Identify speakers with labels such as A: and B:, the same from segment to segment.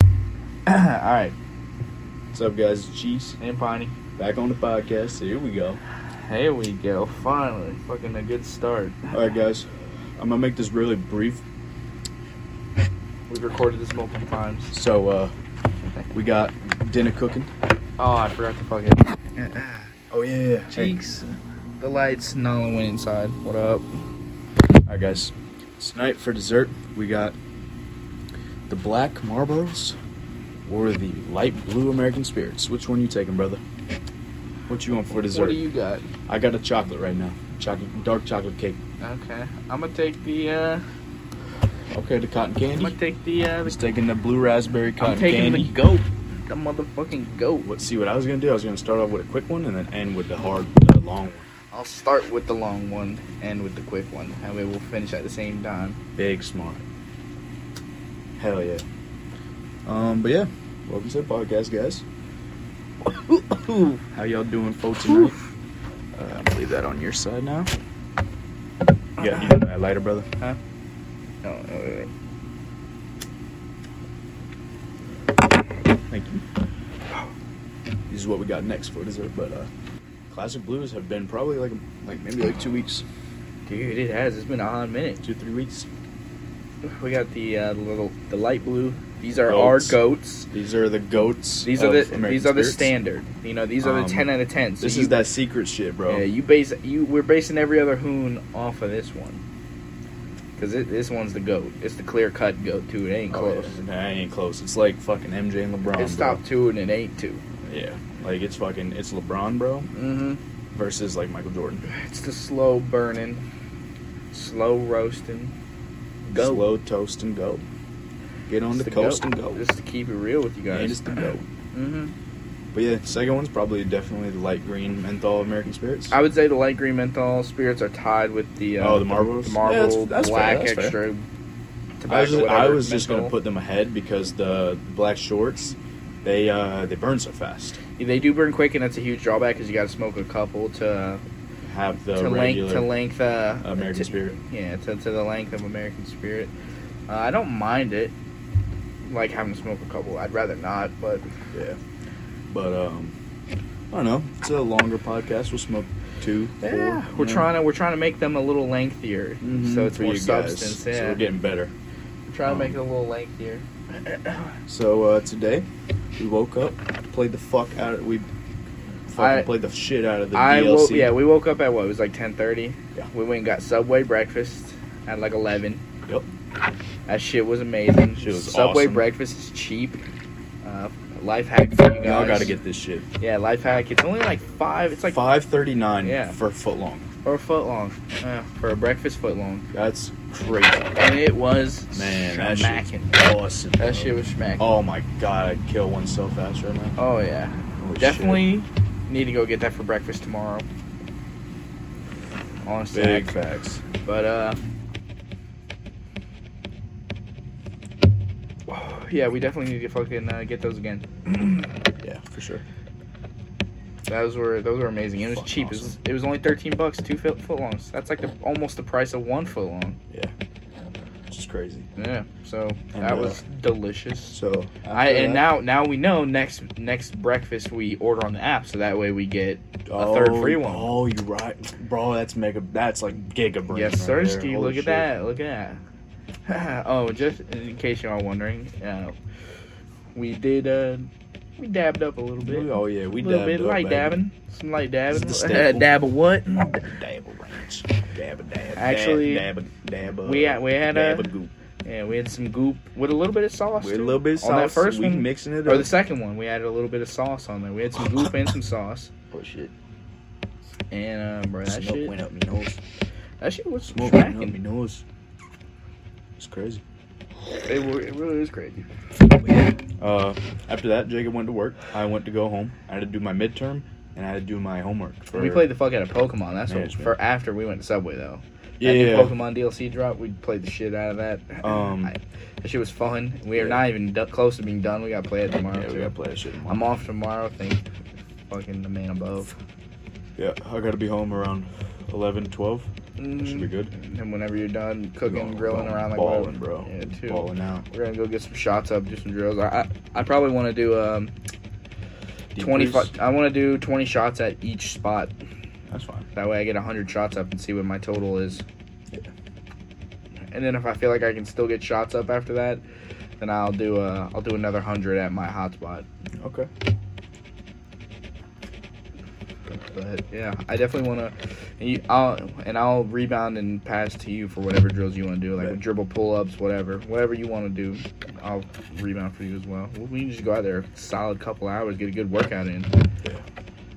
A: All right. What's up, guys? It's Cheese and Piney.
B: Back on the podcast. Here we go.
A: Here we go. Finally, fucking a good start.
B: All right, guys. I'm gonna make this really brief.
A: We've recorded this multiple times.
B: So, uh, we got dinner cooking.
A: Oh, I forgot to fucking
B: Oh yeah, yeah. yeah. Hey.
A: cheeks. The lights. Nala went inside. What up?
B: All right, guys. Tonight for dessert, we got the black Marlboros or the light blue American spirits. Which one you taking, brother? What you want for dessert?
A: What do you got?
B: I got a chocolate right now. Chocolate, dark chocolate cake.
A: Okay, I'm gonna take the. uh
B: Okay, the cotton
A: I'm
B: candy.
A: gonna take the. uh
B: I
A: the
B: was taking the blue raspberry
A: I'm
B: cotton
A: taking
B: candy.
A: the goat. The motherfucking goat.
B: Let's see what I was gonna do. I was gonna start off with a quick one and then end with the hard, the long one.
A: I'll start with the long one, end with the quick one, and we will finish at the same time.
B: Big smart. Hell yeah. Um, but yeah, welcome to the podcast, guys. How y'all doing, folks? Tonight? Uh, I'll leave that on your side now. You got, you got that lighter, brother?
A: Oh, wait, wait, wait.
B: Thank you. This is what we got next for dessert, but uh, classic blues have been probably like like maybe like two weeks,
A: Dude, it has. It's been a hot minute.
B: two three weeks.
A: We got the uh, little, the light blue. These are
B: Goats.
A: our goats.
B: These are the goats.
A: These are the
B: of American
A: these are the
B: spirits.
A: standard. You know, these are
B: Um,
A: the ten out of ten. So
B: This
A: you,
B: is that secret shit, bro.
A: Yeah, you base you. We're basing every other hoon off of this one. Cause it, this one's the goat. It's the clear cut goat too. It ain't close.
B: Oh, yeah. Nah, it ain't close. It's like fucking MJ and LeBron.
A: it's
B: bro.
A: top two and it ain't two.
B: Yeah, like it's fucking it's LeBron, bro,
A: Mm-hmm.
B: versus like Michael Jordan.
A: It's the slow burning, slow roasting. Go.
B: Slow toast and go. Get on
A: It's
B: the coast and go.
A: Just to keep it real with you
B: Yeah,
A: guys.
B: just the go.
A: hmm
B: But yeah, second one's probably definitely the light green menthol American spirits.
A: I would say the light green menthol spirits are tied with the uh,
B: Oh, the Marlboros?
A: the
B: Yeah,
A: marble
B: that's- that's fair,
A: black
B: that's fair.
A: extra. Tobacco,
B: I was just, I
A: whatever,
B: was just gonna
A: menthol.
B: put them ahead because the black shorts, they uh they burn so fast.
A: They do burn quick, and that's a huge drawback because you got to smoke a couple to
B: Have the
A: to length
B: regular
A: to length uh,
B: American
A: to-
B: spirit.
A: Yeah, to, to the length of American spirit. Uh, I don't mind it, like having to smoke a couple. I'd rather not, but
B: Yeah. But um, I don't know. It's a longer podcast. We'll smoke two, four.
A: Yeah, we're
B: you know.
A: trying to we're trying to make them a little lengthier,
B: Mhm,
A: so it's
B: for
A: more
B: you guys.
A: substance.
B: So
A: Yeah,
B: we're getting better.
A: we're trying
B: um,
A: to make it a little lengthier.
B: So uh, today, we woke up, played the fuck out of we fucking
A: I-
B: played the shit out of the
A: I
B: DLC.
A: woke. Yeah, we woke up at what it was like ten thirty.
B: Yeah.
A: We went and got Subway breakfast at like eleven.
B: Yep.
A: That shit was amazing.
B: Shit was
A: Subway
B: awesome.
A: breakfast is cheap. Uh, life hack for you guys.
B: Y'all gotta get this shit.
A: Yeah, life hack. It's only like five. It's like
B: five thirty nine
A: Yeah.
B: for foot long.
A: or a foot long uh, for a breakfast foot long,
B: That's crazy.
A: and it was
B: Man, that shit
A: smacking.
B: was awesome. bro.
A: That shit was smacking.
B: Oh my god, I'd kill one so fast right now.
A: oh yeah.
B: Holy shit.
A: Definitely need to go get that for breakfast tomorrow. Honestly,
B: Big facts.
A: but uh, yeah, we definitely need to fucking uh, get those again.
B: Yeah, for sure.
A: Those were those were amazing. It was
B: Fucking
A: cheap. It was
B: awesome.
A: it was only thirteen bucks, two foot footlongs. That's like the, almost the price of one footlong.
B: Just crazy.
A: Yeah, so
B: And,
A: that
B: uh,
A: was delicious.
B: So
A: I
B: after that-
A: and now now we know next next breakfast we order on the app, so that way we get a third
B: Oh,
A: free one.
B: Oh, you right, bro. That's mega. That's like giga brain.
A: Yes,
B: right there.
A: Sirsky.
B: Holy
A: Look
B: shit.
A: at that. Look at that. oh, just in case you're all wondering, uh, we did. Uh, we dabbed up a little bit.
B: Oh yeah, we
A: a little
B: dabbed
A: bit
B: up,
A: light
B: baby.
A: dabbing, some light dabbing.
B: It's the staple.
A: dab of what?
B: Dabble ranch. Dabba dab.
A: Actually,
B: dab, dab, dab,
A: we had- we had a-
B: dab goop.
A: Yeah, we had some goop with a little bit of sauce.
B: With a
A: too.
B: little bit of sauce.
A: on that first
B: we
A: one,
B: mixing it
A: or
B: up.
A: the second one. We added a little bit of sauce on there. We had some goop and some sauce,
B: oh shit!
A: and um, bro, that
B: Smoke
A: shit,
B: went up my nose.
A: that shit was
B: Smoke went up
A: smacking.
B: my nose. It's crazy.
A: It, wa- it really is crazy.
B: But yeah. Uh, after that, Jacob went to work. I went to go home. I had to do my midterm, and I had to do my homework. For,
A: we played the fuck out of Pokemon. That's what
B: Management.
A: for after we went to Subway though.
B: Yeah,
A: that new
B: yeah.
A: Pokemon DLC drop. We played the shit out of that.
B: Um,
A: I, that shit was fun. We are
B: yeah.
A: not even du- close to being done. We got to play it tomorrow
B: Yeah, we
A: too.
B: gotta play that shit. tomorrow.
A: I'm off tomorrow. Thank fucking the man above.
B: Yeah, I gotta be home around 11, 12. That should be good.
A: And whenever you're done cooking,
B: Going-
A: Mm. grilling
B: going
A: around like
B: balling,
A: that,
B: bro.
A: Yeah, too.
B: Balling out.
A: We're gonna go get some shots up, do some drills. I I, I probably want to do um
B: Deep
A: twenty.
B: freeze?
A: I want to do twenty shots at each spot.
B: That's fine.
A: That way, I get hundred shots up and see what my total is.
B: Yeah.
A: And then if I feel like I can still get shots up after that, then I'll do uh I'll do another hundred at my hotspot.
B: Okay.
A: But yeah, I definitely want to. And you, I'll and I'll rebound and pass to you for whatever drills you want to do, like
B: Bet.
A: dribble pull-ups, whatever, whatever you want to do. I'll rebound for you as well. We- We can just go out there a solid couple hours, get a good workout in,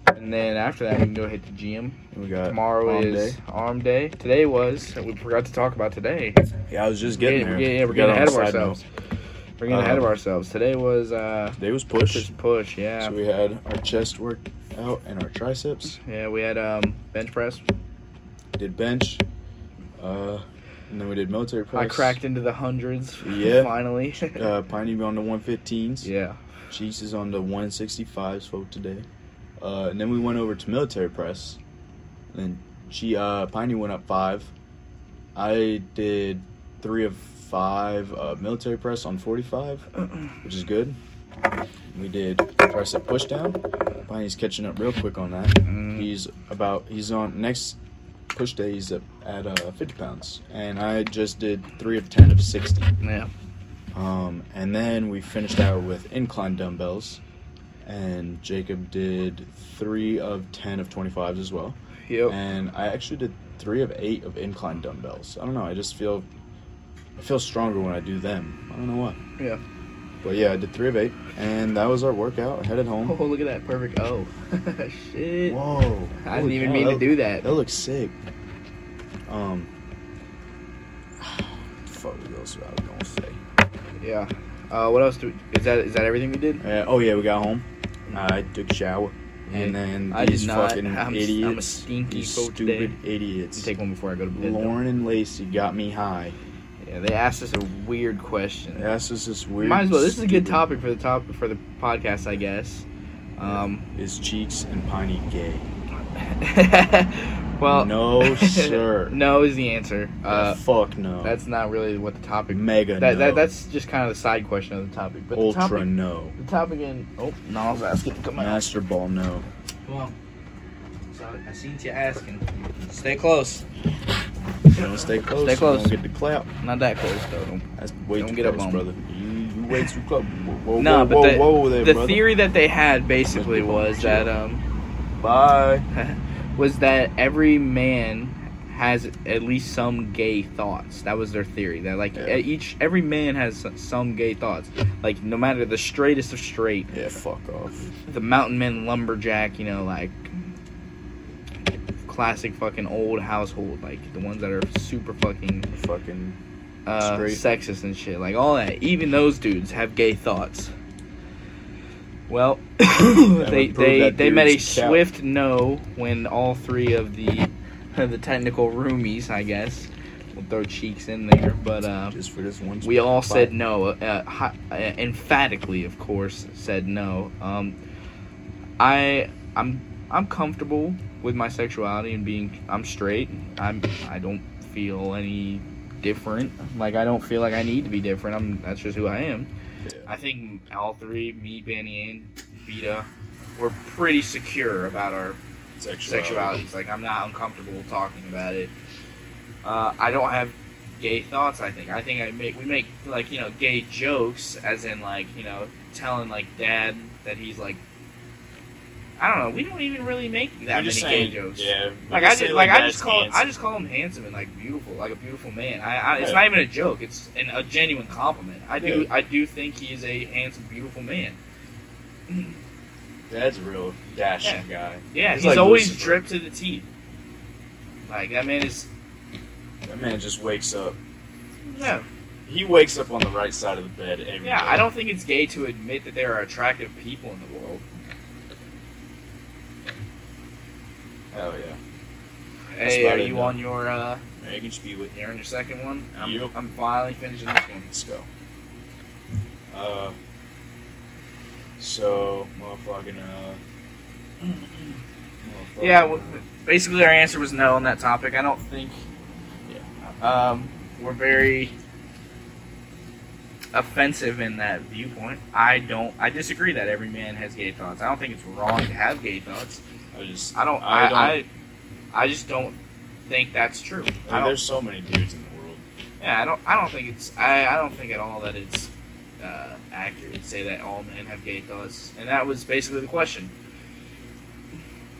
A: and then after that we can go hit the gym.
B: We got
A: Tomorrow
B: Palm
A: is
B: Uh, Day.
A: arm day. Today was we forgot to talk about today.
B: Yeah, I was just getting
A: yeah,
B: there.
A: yeah, yeah, we're
B: Got
A: getting
B: on
A: ahead of
B: the side
A: ourselves.
B: note.
A: We're getting ahead of
B: Um,
A: ourselves. Today was uh
B: They was pushed.
A: just push, yeah,
B: So we had our chest work out and our triceps.
A: yeah. We had um bench press.
B: Did bench. Uh, and then we did military press.
A: I cracked into the hundreds.
B: Yeah.
A: finally.
B: Uh, Pine Eve on the 115s.
A: yeah.
B: Cheeks is on the 165s folk today. Uh, and then we went over to military press. And she uh Piney went up five. I did three of five uh, military press on 45, which is good. We did tricep push down. Piney's catching up real quick on that.
A: Mm.
B: He's about he's on next push day he's at, at uh, 50 pounds and i just did three of 10 of 60
A: Yeah.
B: um, and then we finished out with incline dumbbells, and Jacob did three of ten of twenty fives as well.
A: Yep.
B: And I actually did three of eight of incline dumbbells. I don't know. I just feel I feel stronger when I do them. I don't know why.
A: Yeah.
B: But yeah, I did three of eight, and that was our workout. I headed home.
A: Oh, look at that perfect O. Shit.
B: Whoa!
A: I
B: Holy
A: didn't even
B: cow,
A: mean to
B: that-
A: do that.
B: That looks sick. Um. Fuck, what else was I gonna say?
A: Yeah. Uh, what else do we, is that? Is that everything we did?
B: Uh, oh yeah, we got home. I took a shower, and then
A: I
B: these
A: did not.
B: fucking
A: I'm- I'm a
B: idiots,
A: stinky
B: these
A: folk
B: stupid
A: today.
B: idiots.
A: Take one before I go to bed. though.
B: Lauren and Lacey got me high.
A: Yeah, they asked us a weird question.
B: They asked us this weird.
A: Might as well. This is a good
B: stupid-
A: topic for the top for the podcast, I guess. Um,
B: Is cheeks and piney gay?
A: well,
B: No, sir.
A: no is the answer. Uh,
B: Fuck no.
A: that's not really what the topic.
B: mega.
A: That,
B: no.
A: that that's just kind of the side question of the topic. But
B: ultra
A: the topic,
B: no.
A: the topic in oh, no, I was asking. Come on,
B: Master ball no.
A: come on. So I seen you asking. Stay close.
B: You don't stay close.
A: Stay close.
B: You don't get the clap.
A: Not that close though. Don't
B: That's way
A: Don't
B: too
A: get up
B: close,
A: on me.
B: brother. You, you way too close. Whoa, whoa,
A: No,
B: whoa,
A: but
B: whoa,
A: the,
B: whoa there,
A: the
B: brother.
A: theory that they had basically was that um
B: Bye.
A: was that every man has at least some gay thoughts. That was their theory. That like e,
B: Yeah.
A: each every man has s- some gay thoughts. Like no matter the straightest of straight,
B: Yeah, fuck off.
A: the mountain men lumberjack, you know, like classic fucking old household, like the ones that are super fucking
B: Fucking
A: uh,
B: Straight.
A: sexist and shit, like all that. Even those dudes have gay thoughts. Well, they
B: prove
A: they,
B: that
A: they met a
B: theory's cap.
A: swift no when all three of the the technical roomies, I guess, we'll throw cheeks in there, but uh,
B: just for this one.
A: we all
B: spot.
A: said no, uh, hi- uh, emphatically, of course, said no. Um, I I'm I'm comfortable with my sexuality and being I'm straight. I'm I don't feel any different. Like I don't feel like I need to be different. I'm that's just who I am.
B: Yeah.
A: I think all three, me, Benny, and Vita, were pretty secure about our sexualities. Like I'm not uncomfortable talking about it. Uh, I don't have gay thoughts. I think I think I make we make like you know gay jokes, as in like you know telling like dad that he's like. I don't know. We don't even really make that
C: I'm
A: many
C: just
A: gay
C: saying,
A: jokes.
C: Yeah.
A: Like
C: we
A: I
C: say,
A: just like I
C: that's
A: just call
C: handsome.
A: I just call him handsome and like beautiful, like a beautiful man. I, I it's
C: Yeah.
A: not even a joke. It's an, a genuine compliment. I do I do think he is a handsome, beautiful man.
C: That's a real dashing guy.
A: Yeah, he's,
B: He's like
A: always
B: Lucifer.
A: dripped to the teeth. Like that man is
C: That man just wakes up.
A: yeah
C: He wakes up on the right side of the bed every
A: Yeah,
C: day.
A: I don't think it's gay to admit that there are attractive people in the world.
C: Hell yeah. That's
A: Hey,
C: about
A: are
C: it,
A: you
C: though.
A: on your uh
C: Man, you can just be with
A: you're on your second one? I'm,
C: Yep.
A: I'm finally finishing this one.
C: Let's go. Uh, so, motherfucking, uh. motherfucking, uh,
A: Yeah, well, basically our answer was no on that topic. I don't think Um, we're very offensive in that viewpoint. I don't. I disagree that every man has gay thoughts. I don't think it's wrong to have gay thoughts.
B: I just
A: I don't. I
B: I
A: I,
B: don't-
A: I, just don't think that's true.
B: Like,
A: I don't,
B: there's so many dudes in the world.
A: yeah, I don't. I don't think it's. I, I don't think at all that it's uh, accurate to say that all men have gay thoughts. And that was basically the question.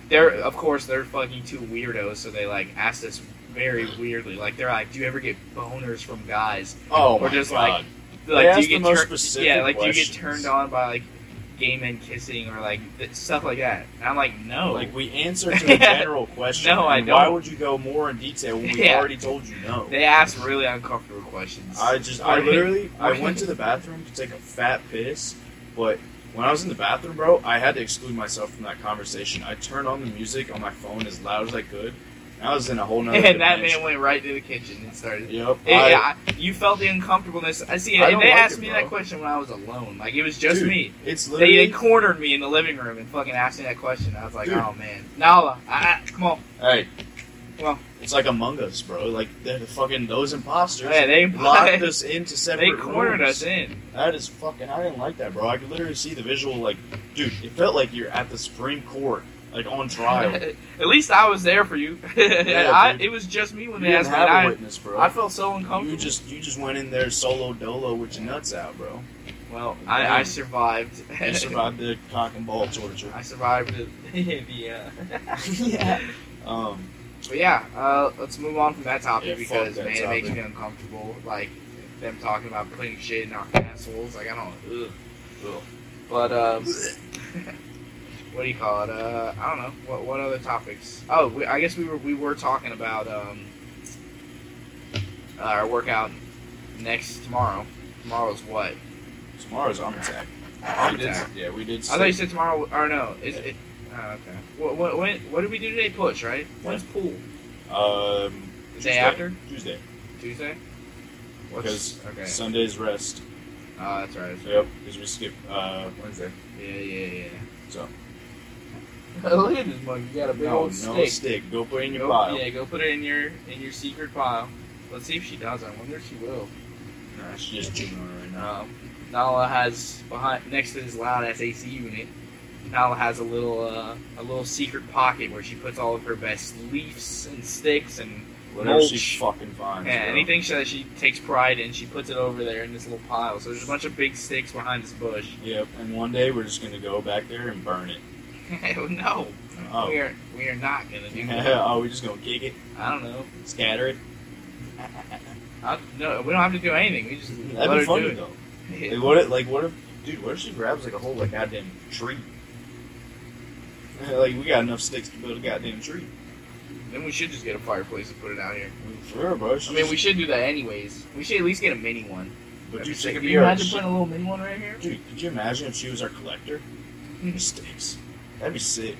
A: They're of course they're fucking two weirdos, so they like asked us very weirdly. Like they're like, "Do you ever get boners from guys?"
B: Oh,
A: Or
B: my
A: just,
B: God.
A: like,
B: They
A: Like, do
B: ask
A: you get
B: the most
A: tur-
B: specific
A: yeah, like do you get
B: questions.
A: turned on by like gay men kissing or like th- stuff like that? And I'm like, no,
B: Like we answer to a general question.
A: Oh. No, I
B: and Why
A: don't.
B: would you go more in detail when we
A: Yeah.
B: already told you no?
A: they ask really uncomfortable questions.
B: I just, I literally, I went to the bathroom to take a fat piss, but when I was in the bathroom, bro, I had to exclude myself from that conversation. I turned on the music on my phone as loud as I could. And I was in a whole nother.
A: and that
B: dimension.
A: man went right to the kitchen and started.
B: Yep.
A: It-
B: I-
A: I- you felt the uncomfortableness. I see.
B: I
A: and
B: don't
A: they
B: like
A: asked
B: it,
A: me
B: bro.
A: that question when I was alone. Like it was just
B: Dude,
A: me.
B: It's
A: They,
B: literally.
A: they cornered me in the living room and fucking asked me that question. I was like,
B: Dude.
A: oh man, Nala, I, I- come on.
B: hey.
A: Well.
B: It's like Among Us, bro. Like the fucking those imposters
A: Yeah, they
B: locked us into
A: they
B: separate.
A: cornered
B: rooms.
A: us in.
B: That is fucking. I didn't like that, bro. I could literally see the visual. Like, dude, it felt like you're at the Supreme Court, like on trial.
A: At least I was there for you. I,
B: dude.
A: it was just me when
B: you
A: they
B: didn't
A: asked me.
B: have
A: and
B: a
A: I,
B: witness, bro.
A: I felt so uncomfortable.
B: you just you just went in there solo dolo with your nuts out, bro.
A: well, I, I survived.
B: You survived the cock and ball torture.
A: I survived the, the uh,
B: yeah. Um.
A: But yeah, uh, let's move on from that topic
B: Yeah, fuck
A: because
B: that
A: man, it
B: topic.
A: makes me uncomfortable. Like them talking about putting shit in our assholes. Like I don't. Ugh.
B: Ugh.
A: But um, what do you call it? Uh, I don't know. What what other topics? Oh, we, I guess we were we were talking about um, our workout next tomorrow. Tomorrow's what?
B: Tomorrow's arm attack.
A: Arm
B: We did-
A: attack.
B: Yeah, we did.
A: I thought you said tomorrow. Or no? Is it? Oh, okay. What what when, what did we do today? Push right? When's pool?
B: um.
A: The
B: Tuesday.
A: day after
B: Tuesday.
A: Tuesday.
B: Because
A: okay.
B: Sunday's rest.
A: Oh, that's right. That's right.
B: Yep. Because we skip uh, Wednesday.
A: Yeah, yeah,
B: So
A: yeah. Look at this mug. You got a big
B: no,
A: old
B: no
A: stick.
B: stick. Go put it in your
A: Go-
B: pile.
A: Yeah, go put it in your in your secret pile. Let's see if she does. I wonder if she will.
B: Nah, she's just chewing on it right now.
A: Um, Nala has behind next to this loud ass AC unit. Nala has a little uh, a little secret pocket where she puts all of her best leaves and sticks and
B: Whatever
A: Mulch.
B: she fucking finds.
A: yeah,
B: bro.
A: anything she, that she takes pride in. She puts it over there in this little pile. So there's a bunch of big sticks behind this bush.
B: Yep. And one day we're just gonna go back there and burn it.
A: no,
B: Oh.
A: we are we are not gonna do that.
B: oh, we're just gonna kick it,
A: I don't know.
B: scatter it.
A: I, no, we don't have to do anything. We just let
B: That'd
A: her
B: be
A: do
B: funny
A: it.
B: though.
A: Yeah.
B: Like what? If, like what if, dude? What if she grabs like a whole like goddamn tree? like we got enough sticks to build a goddamn tree.
A: Then we should just get a fireplace and put it out here.
B: Sure, bro.
A: I mean, we should do that anyways. We should at least get a mini one.
B: But dude,
A: That'd be sick.
B: could
A: Could
B: be
A: you
B: our-
A: imagine putting a little mini one right here?
B: dude, could you imagine if she was our collector?
A: Mm-hmm.
B: Sticks. That'd be sick.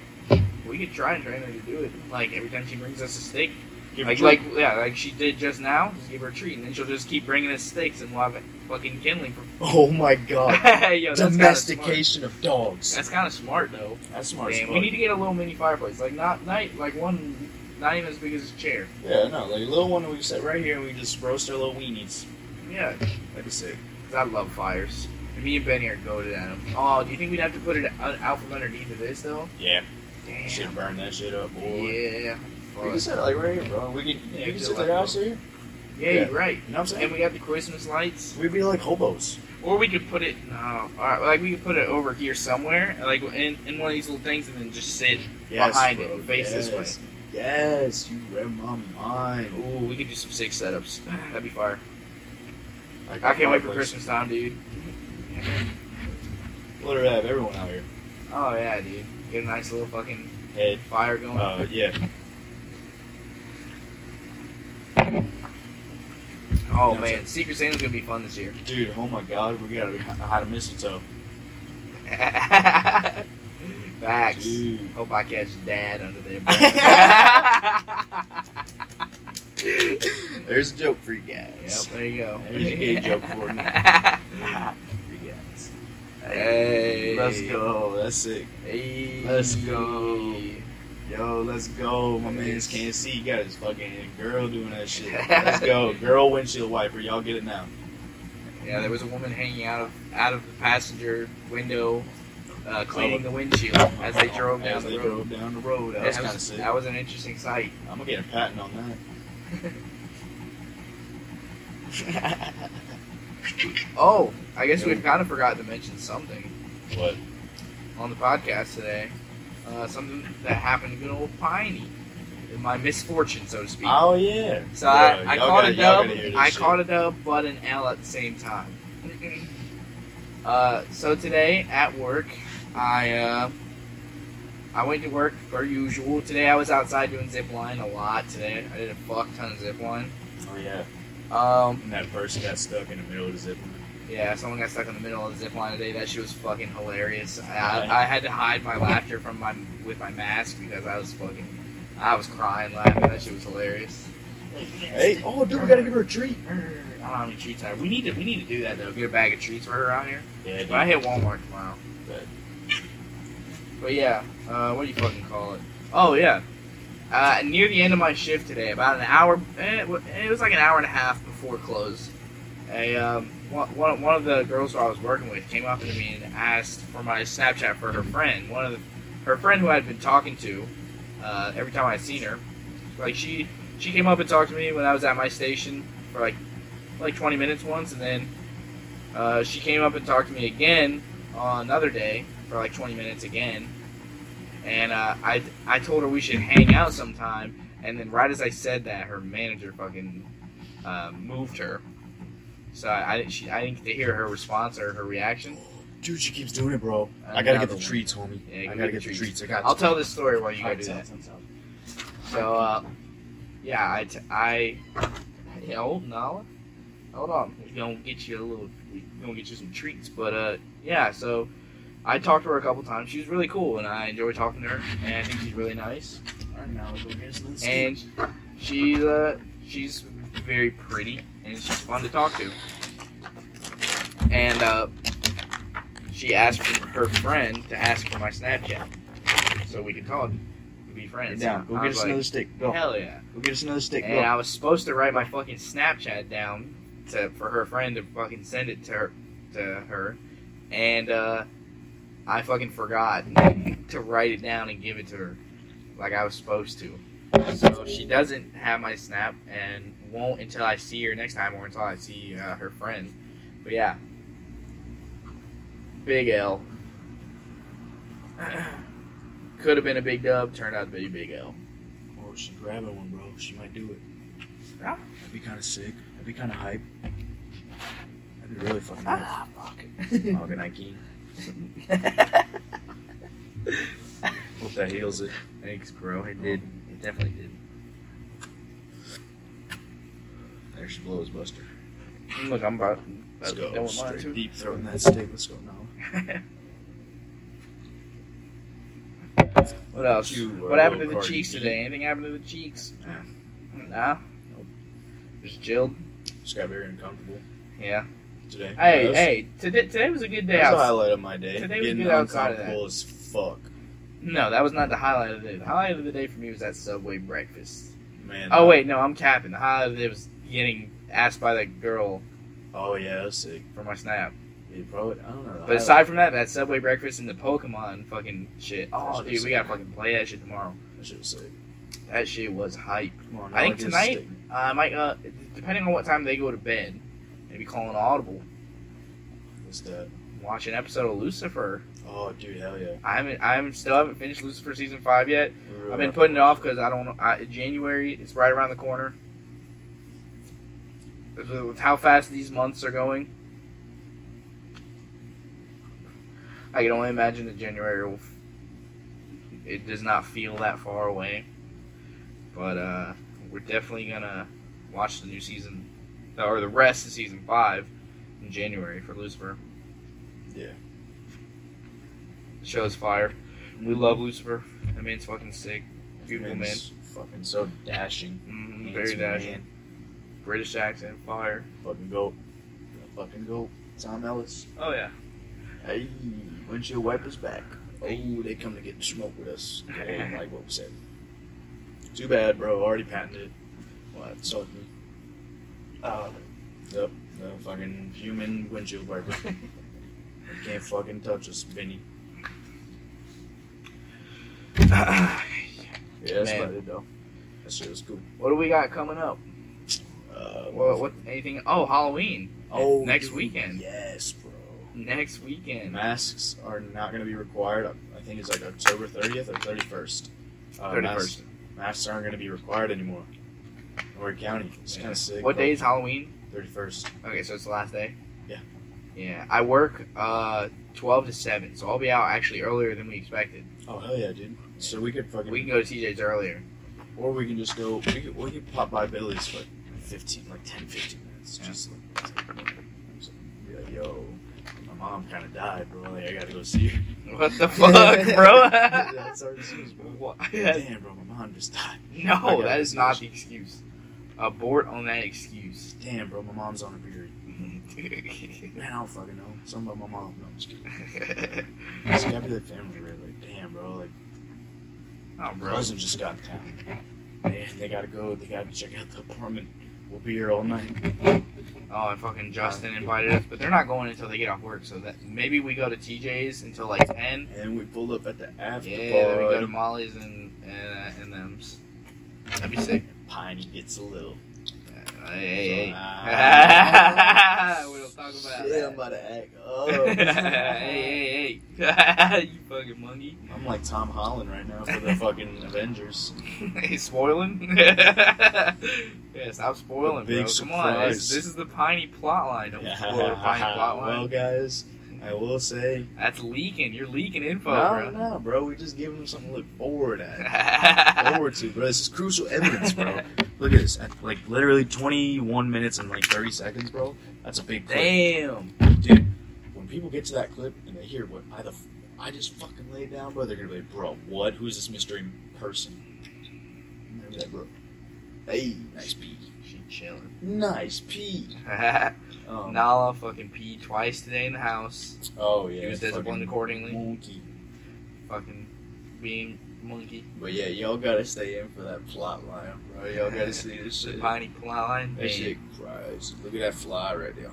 A: We could try and train her to do it. Like every time she brings us a steak,
B: Give
A: like
B: her
A: like yeah, like she did just now. Just give her a treat, and then she'll just keep bringing us steaks, and we'll have it fucking kindling for.
D: Oh my god.
A: Yo, that's kinda smart.
D: of dogs.
A: That's kind of smart though.
B: that's smart. as
A: Man,
B: fuck.
A: we need to get a little mini fireplace, like not night, like one, not even as big as a chair.
B: yeah, no, like a little one that we set right here and we just roast our little weenies.
A: Yeah,
B: That'd be sick.
A: 'Cause I love fires. And me and Benny are goaded at them. Oh, do you think we'd have to put it out, out from underneath of this though?
B: Yeah,
A: Damn.
B: should burn that shit up, boy.
A: Yeah.
B: We can set it like right here, bro. We can,
A: Yeah,
B: we
A: we
B: can
A: could
B: set
A: like-
B: the house here.
A: Yeah,
B: Yeah.
A: you're right.
B: You know what I'm saying?
A: And we got the Christmas lights,
B: We'd be like hobos.
A: or we could put it. No, all right, like we could put it over here somewhere, like in, in one of these little things, and then just sit. Behind it,
B: bro,
A: face this
B: yes. Yes, you read my mind.
A: Ooh, we could do some sick setups. That'd be fire.
B: Like,
A: I can't wait for
B: fireplace.
A: Christmas time, dude.
B: Let her have everyone out here.
A: Oh yeah, dude. Get a nice little fucking
B: Head.
A: fire going.
B: Uh, yeah.
A: oh
B: no,
A: man, Secret Santa's gonna be fun this year.
B: Dude, oh my god, we gotta hide a mistletoe.
A: Facts.
B: Dude.
A: Hope I catch dad under there. bro.
B: There's a joke for you
A: yep,
B: guys.
A: there you go.
B: There's a gay joke for you. For you guys.
A: hey.
B: Let's go. That's sick.
A: Hey.
B: Let's go. yo, let's go. My man's can't see. He got his fucking girl doing that shit. Let's go. Girl windshield wiper. Y'all get it now.
A: Yeah, there was a woman hanging out of out of the passenger window, uh, cleaning the windshield as they drove down
B: As they
A: the road.
B: drove down the road. That
A: That
B: was kind of
A: was,
B: sick.
A: that was an interesting sight.
B: I'm gonna get a patent on that.
A: Oh, I guess we've kind of forgotten to mention something
B: what?
A: on the podcast today. Uh, something that happened to good old Piney. My misfortune, so to speak.
B: Oh yeah.
A: so I,
B: Yeah,
A: I
B: y'all
A: caught
B: gotta-
A: a
B: y'all
A: dub.
B: gotta hear this
A: I
B: shit.
A: caught a dub, but an L at the same time. uh, so today at work, I uh, I went to work per usual. Today I was outside doing zip line a lot. Today I did a fuck ton of zip line.
B: Oh yeah.
A: Um,
B: And that person got stuck in the middle of the zip line.
A: Yeah, someone got stuck in the middle of the zip line today. That shit was fucking hilarious.
B: Right.
A: I, I had to hide my laughter from my with my mask because I was fucking, I was crying laughing. That shit was hilarious.
B: Hey, oh dude, we gotta give her a treat.
A: I don't know how many treats I. We need to we need to do that though. Get a bag of treats for her out here.
B: Yeah,
A: But I hit Walmart tomorrow.
B: Bet.
A: But yeah, uh, what do you fucking call it? Oh yeah, uh, near the end of my shift today, about an hour. eh, It wa- it was like an hour and a half before close. A um, one, one one of the girls who I was working with came up to me and asked for my Snapchat for her friend. One of the, her friend who I'd been talking to uh, every time I'd seen her. Like she she came up and talked to me when I was at my station for like like 20 minutes once, and then uh, she came up and talked to me again on another day for like 20 minutes again. And uh, I I told her we should hang out sometime. And then right as I said that, her manager fucking uh, moved her. So I I, didn't- she, I didn't get to hear her response or her reaction.
D: Dude, she keeps doing it, bro. I
A: Another
D: gotta get the
A: one.
D: treats, homie.
A: Yeah,
D: I
A: give me
D: gotta
A: the
D: get the
A: treats.
D: treats. I got.
A: I'll tell this story while you go
B: Alright,
A: do
B: tell-
A: that.
B: tell- tell.
A: So, uh, yeah, I, t- I, yeah, hold Nala, hold on, we're gonna get you a little, we're gonna get you some treats, but, uh, yeah, so, I talked to her a couple times, she was really cool, and I enjoyed talking to her, and I think she's really nice,
B: Alright, now we'll go get us another
A: and
B: scoop.
A: she's, uh, she's very pretty, and she's fun to talk to, and, uh, she asked for her friend to ask for my Snapchat, so we could talk, and be friends.
D: down. Go
A: I
D: get
A: was
D: us
A: like,
D: another stick. Go.
A: Hell yeah.
D: Go get us another stick.
A: And
D: Go.
A: I was supposed to write my fucking Snapchat down to for her friend to fucking send it to her, to her, and uh, I fucking forgot to write it down and give it to her, like I was supposed to. So she doesn't have my snap and won't until I see her next time or until I see uh, her friend. But yeah, big L. Could have been a big dub, turned out to be a big L.
D: Oh, she's grabbing one, bro. She might do it.
A: Ah.
D: That'd be kind of sick. That'd be kind of hype. That'd be really fucking hype.
A: Ah, fuck.
D: Fucking Nike. Hope that heals it.
A: Thanks, bro. It did. It definitely did.
D: There she blows, Buster.
A: Look, I'm about.
B: Let's
A: about-
B: go.
A: don't want
B: Straight
A: to.
B: deep throat.
D: Throwing that stick. Let's go now.
A: what else?
B: You uh, are
D: uh,
A: what happened
B: no
A: to the
B: Cardi
A: cheeks
B: B.
A: today? Anything happened to the cheeks?
B: Nah.
A: Nah. Just chilled.
B: Just got very uncomfortable
A: Yeah.
B: today.
A: Hey,
B: That was-
A: hey. Today, today was a good day.
B: That was the
A: Out.
B: highlight of my day.
A: Today was
B: Getting
A: good outside of that.
B: uncomfortable as fuck.
A: No, that was not the highlight of the day. The highlight of the day for me was that Subway breakfast.
B: Man.
A: Oh wait, no, I'm capping. The highlight of the day was getting asked by that girl
B: Oh yeah, that was sick.
A: for my snap.
B: It probably, I don't know.
A: But aside from that, that Subway breakfast and the Pokemon fucking shit. Oh, dude, we gotta fucking play that shit tomorrow.
B: that shit was sick.
A: That shit was hype.
B: Come on,
A: I think
B: now I'll get a
A: tonight- I might, uh, depending on what time they go to bed, maybe call an audible,
B: stick. What's that?
A: watch an episode of Lucifer.
B: Oh, dude, hell yeah.
A: I haven't, I haven't still haven't finished Lucifer season five yet.
B: We're
A: I've been
B: about-
A: putting it off because I don't. I, January, it's right around the corner. With- With how fast these months are going, I can only imagine that January will. f- It does not feel that far away, but uh, we're definitely gonna watch the new season, or the rest of season five, in January for Lucifer.
B: Yeah.
A: The show's fire. We love Lucifer. That man's fucking sick. Beautiful man.
B: Man's Fucking,
D: And so dashing.
A: Mm,
D: Man's
A: very dashing.
D: man.
A: British accent, fire.
B: fucking go. Fucking go. Tom Ellis.
A: Oh yeah.
B: Hey, windshield wipers back. oh, they come to get smoke with us. They didn't like what we said. Too bad, bro. Already patented. What? So,
A: Ah.
E: Uh,
B: yep. The fucking human windshield wiper. Can't fucking touch us, Vinny. Yeah, that's
A: Man.
B: about it, though. That shit was cool.
A: What do we got coming up?
B: Uh,
A: What, what anything? Oh, Halloween
B: Oh,
A: next
B: dude,
A: weekend.
B: Yes, bro.
A: next weekend.
B: Masks are not going to be required. I think it's like October 30th or 31st. Uh,
A: Thirty
B: masks-
A: first.
B: masks aren't going to be required anymore. Or county. It's
A: Yeah.
B: kind of sick.
A: What day is Halloween?
B: Thirty first.
A: Okay, so it's the last day.
B: Yeah.
A: Yeah, I work uh, twelve to seven, so I'll be out actually earlier than we expected.
B: Oh hell yeah, dude! So we could fucking,
A: We can go to TJ's earlier.
B: or we can just go. We could, we could pop by Billy's for like fifteen, like 10, 15 minutes.
A: Yeah.
B: Just like, be like, yo, my mom kind of died, bro. Like, I gotta go see her.
A: What the fuck, bro?
B: That's our excuse, bro.
A: What?
B: Damn, bro, my mom just died.
A: No,
B: I got
A: that
B: an
A: is not the excuse. Abort on that excuse.
B: Damn, bro, my mom's on her period. Man, I don't fucking know. Something about my mom. No, I'm just kidding. It's gotta be the family, right? Like, damn, bro, like.
A: oh,
B: My
A: bro.
B: cousin just got in town. Man, they gotta go. They gotta check out the apartment. We'll be here all night.
A: Oh, and fucking Justin invited us, but they're not going until they get off work. So that maybe we go to TJ's until like ten.
B: And then we pull up at the after
A: Yeah, then we
B: bar.
A: go to Molly's and and, uh, and them's. That'd be sick.
B: Piney gets a little.
A: Uh, hey, hey.
B: Ah.
A: we don't talk about
B: Shit, I'm
A: that.
B: about to act up.
A: hey, hey, hey! you fucking monkey.
B: I'm like Tom Holland right now for the fucking Avengers.
A: He's spoiling. yeah, stop spoiling,
B: A big
A: bro. Come on, this,
B: surprise.
A: this is the piney plot line. Don't spoil the piney plot line.
B: well, guys, I will say.
A: That's leaking. You're leaking info,
B: No,
A: bro.
B: no, bro. We just giving them something to look forward at.
A: That's
B: forward to, bro. This is crucial evidence, bro. Look at this. At, like literally 21 minutes and like 30 seconds, bro. That's a big clip,
A: Damn.
B: dude. When people get to that clip and they hear what I the f- I just fucking laid down, bro, they're gonna be like, bro, what? Who's this mystery person? And they're gonna be like, bro, hey, nice pee,
A: She chilling.
B: nice pee. Um,
A: Nala fucking peed twice today in the house.
B: Oh yeah,
A: He was
B: fucking
A: disciplined accordingly.
B: Monkey.
A: Fucking being monkey.
B: But yeah, y'all gotta stay in for that plot line, bro. Y'all gotta see this
A: The
B: shit.
A: piney plot line.
B: That
A: Damn.
B: shit cries. Look at that fly right there.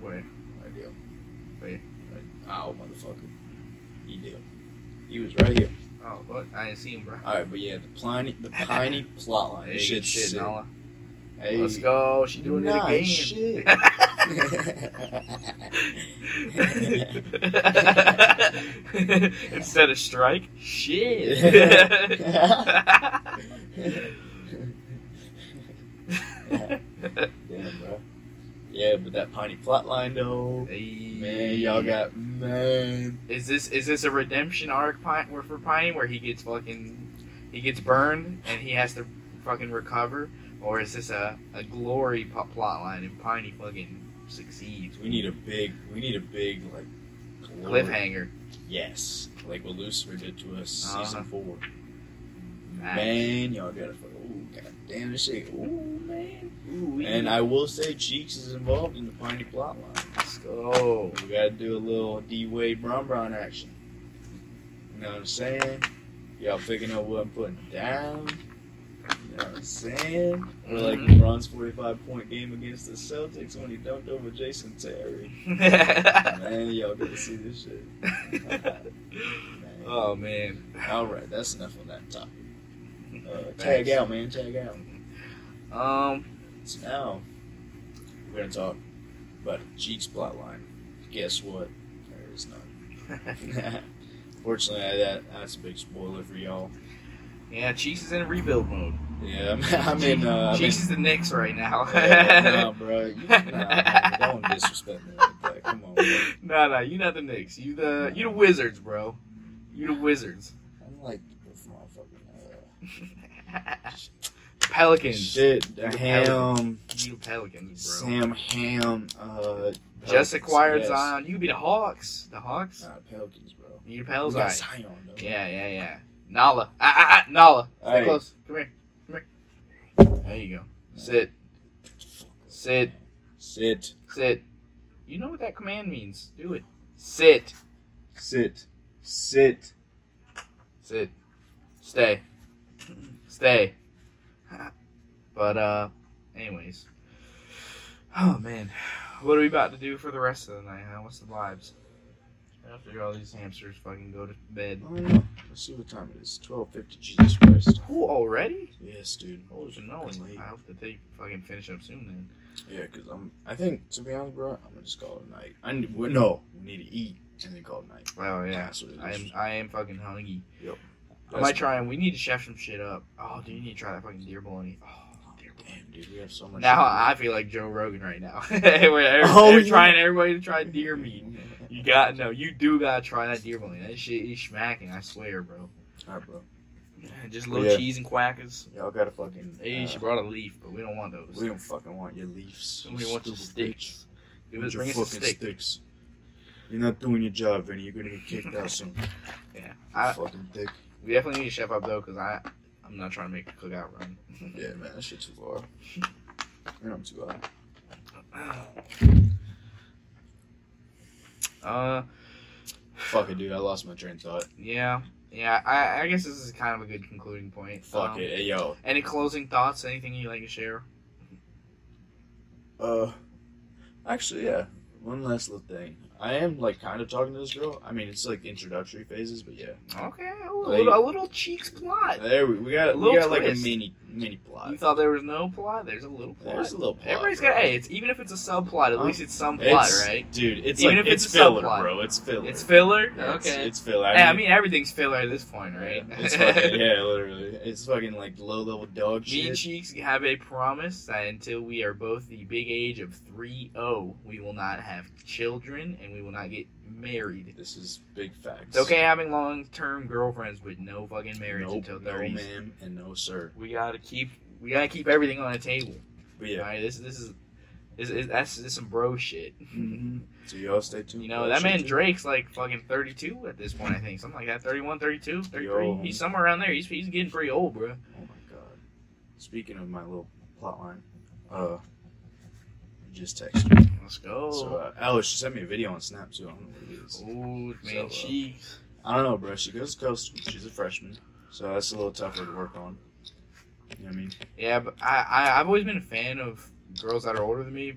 A: Where?
B: Right there.
A: Wait.
B: Right. Ow, motherfucker. He did. He was right here.
A: Oh, what? I ain't seen him, bro.
B: Alright, but yeah, the Pliny, the Pliny plotline.
A: Hey,
B: This shit's
A: shit,
B: sick.
A: Nala.
B: Hey.
A: Let's go. She doing
B: Nice
A: it
B: shit.
A: again. Instead of strike, shit.
B: Damn, bro. Yeah, but that Pliny plotline, though. Man,
A: Hey.
B: y'all got man.
A: Is this is this a redemption arc Pine, where for Piney where he gets fucking he gets burned and he has to fucking recover, or is this a a glory po- plot line and Piney fucking succeeds?
B: We need a big, we need a big like glory-
A: cliffhanger.
B: Yes, like what Lucifer did to us, season
A: Uh-huh.
B: four.
A: Nice.
B: Man, y'all gotta fucking. Ooh, goddamn this shit. Ooh, man.
A: Ooh-wee.
B: And I will say Cheeks is involved in the Piney plotline.
A: Let's go.
B: We gotta do a little D Wade Bron Bron action. You know what I'm saying? Y'all picking up what I'm putting down. You know what I'm saying? Or like
A: Mhm.
B: LeBron's 45 point game against the Celtics when he dunked over Jason Terry. Man, y'all gotta see this shit. Man.
A: oh man.
B: Alright, Uh, that's enough on that topic. Uh, tag out, man, tag out.
A: Um.
B: So now we're gonna talk about Cheeks plotline. Guess what? There is none. Fortunately, I- that that's a big spoiler for y'all.
A: Yeah, Cheeks is in rebuild mode.
B: Yeah, I'm, I'm in. Uh, I'm in-
A: Cheeks is the Knicks right now.
B: Yeah, no, bro, you, nah, man, don't disrespect me like that. Come on, bro.
A: no, no, you not the Knicks. You the you the Wizards, bro. You the Wizards.
B: I'm like this motherfucking. Uh,
A: Pelicans.
B: shit,
A: You're the
B: Ham,
A: You the Pelicans, bro.
B: Sam Ham. Uh, Pelicans,
A: Just acquired
B: yes.
A: Zion. You could be the Hawks. The Hawks.
B: Nah, Pelicans, bro.
A: You the
B: We
A: Pelicans.
B: got Zion, though.
A: Yeah, yeah, yeah. Nala. Ah, ah, ah, Nala. Stay
B: Hey.
A: close. Come here. Come here. There you go. Sit. Sit.
B: Sit.
A: Sit. You know what that command means. Do it. Sit.
B: Sit. Sit.
A: Sid, stay, stay. But uh, anyways. Oh man, what are we about to do for the rest of the night? Huh? What's the vibes? After all these hamsters fucking go to bed.
B: I don't know. Let's see what time it is. Twelve fifty. Jesus Christ.
A: Who already?
B: Yes, dude.
A: Holy
B: It's
A: no!
B: late.
A: I hope that they fucking finish up soon then.
B: Yeah, cause I'm. I think to be honest, bro, I'm gonna just call it a night. I need, well, no, we need to eat and then call it a night.
A: Oh yeah,
B: That's what it is.
A: I am. I am fucking hungry.
B: Yep.
A: I might try and we need to chef some shit up. Oh, dude, you need to try that fucking deer bologna. Oh, deer bologna.
B: Damn, dude, we have so much.
A: Now I feel like Joe Rogan right now. We're
B: Oh,
A: we're
B: yeah.
A: trying everybody to try deer meat. You got no. You do gotta try that deer bologna. That shit is smacking. I swear, bro.
B: All right, bro.
A: Just little
B: Yeah.
A: cheese and quackers.
B: Y'all gotta fucking.
A: Hey, she
B: uh,
A: brought a leaf, but we don't want those.
B: we don't fucking want your leaves.
A: We want
B: stupid
A: your
B: bitch.
A: sticks. Give
B: With
A: us-
B: your
A: Bring us a
B: fucking
A: stick.
B: sticks. You're not doing your job, Vinny. You're gonna get kicked out soon. you
A: Yeah. I,
B: fucking dick.
A: we definitely need to chef up though, cause I I'm not trying to make a cookout run.
B: Yeah, man, that shit too far. And I'm too high.
A: Uh,
B: Fuck it, dude. I lost my train of thought.
A: yeah, yeah. I, I guess this is kind of a good concluding point.
B: Fuck
A: Um,
B: it. Hey, yo.
A: Any closing thoughts? Anything you'd like to share?
B: Uh, actually, yeah. One last little thing. I am like kind of talking to this girl. I mean, it's like introductory phases, but yeah.
A: Okay, a
B: Like-
A: little, a little cheeks plot.
B: There we, we got we
A: Little
B: got like a
A: twist.
B: mini mini plot.
A: You thought there was no plot? There's a little plot.
B: There's a little plot.
A: Everybody's
B: bro.
A: got. Hey, it's even if it's a subplot, at
B: Um,
A: least it's some plot,
B: It's-
A: right?
B: Dude, it's
A: Even
B: like
A: if
B: it's,
A: it's a
B: filler,
A: subplot.
B: bro. It's filler.
A: It's filler.
B: Yeah, it's-
A: okay.
B: It's, filler.
A: hey, I mean everything's filler at this point, right?
B: Yeah, it's fucking, yeah, literally. It's fucking like low level dog
A: Me and
B: shit.
A: Cheeks have a promise that until we are both the big age of 3 0, we will not have children and we will not get married.
B: This is big facts.
A: It's okay having long term girlfriends with no fucking marriage
B: Nope,
A: until
B: no
A: 30s.
B: ma'am and no sir.
A: we gotta keep we gotta keep everything on the table.
B: But yeah.
A: Alright, this this is this is that's this is some bro shit.
B: Mm-hmm. So y'all stay tuned.
A: Mm-hmm. You
B: for
A: know, that
B: shit,
A: man
B: too.
A: Drake's like fucking 32 at this point, I think. Something like that. 31, 32, 33.
B: Yo.
A: He's somewhere around there. He's, he's getting pretty old, bro.
B: Oh my god. Speaking of my little plot line, uh, you just texted me.
A: Let's go.
B: So, uh, Alice, she sent me a video on Snap too. I don't know what it is.
A: Ooh,
B: so,
A: man,
B: uh,
A: Cheeks.
B: I don't know, bro. She goes to coast. She's a freshman, so that's a little tougher to work on. You know what I mean?
A: Yeah, but I, I I've always been a fan of girls that are older than me,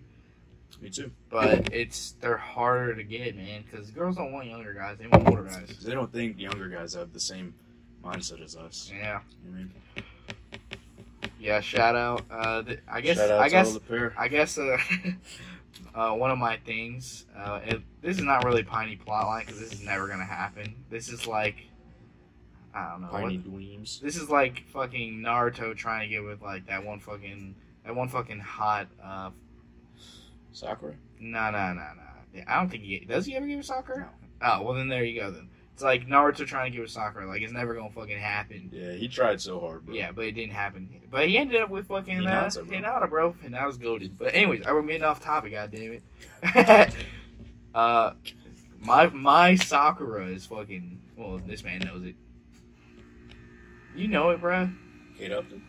B: Me too.
A: but it's they're harder to get, man, because girls don't want younger guys; they want older guys.
B: 'Cause they don't think younger guys have the same mindset as us.
A: Yeah,
B: You know what I mean?
A: yeah. Shout out. Uh, th- I guess
B: Shout out
A: I
B: to
A: guess
B: all the pair.
A: I guess uh, uh, one of my things. Uh, it, this is not really piney plotline because this is never gonna happen. This is like I don't know. what-
B: Piney Dweems.
A: This is like fucking Naruto trying to get with like that one fucking that one fucking hot uh
B: Sakura.
A: No, no, no, no. Yeah, I don't think he does. He ever give a soccer? Oh, well then there you go. Then it's like Naruto trying to give a soccer. Like it's never gonna fucking happen.
B: Yeah, he tried so hard, bro.
A: Yeah, but it didn't happen. But he ended up with fucking uh,
B: Hinata, bro.
A: Hinata, bro. And I was goaded. But anyways, I was getting off topic. God damn it. uh, my my Sakura is fucking. Well, this man knows it. You know it, bro.
B: Kate Upton.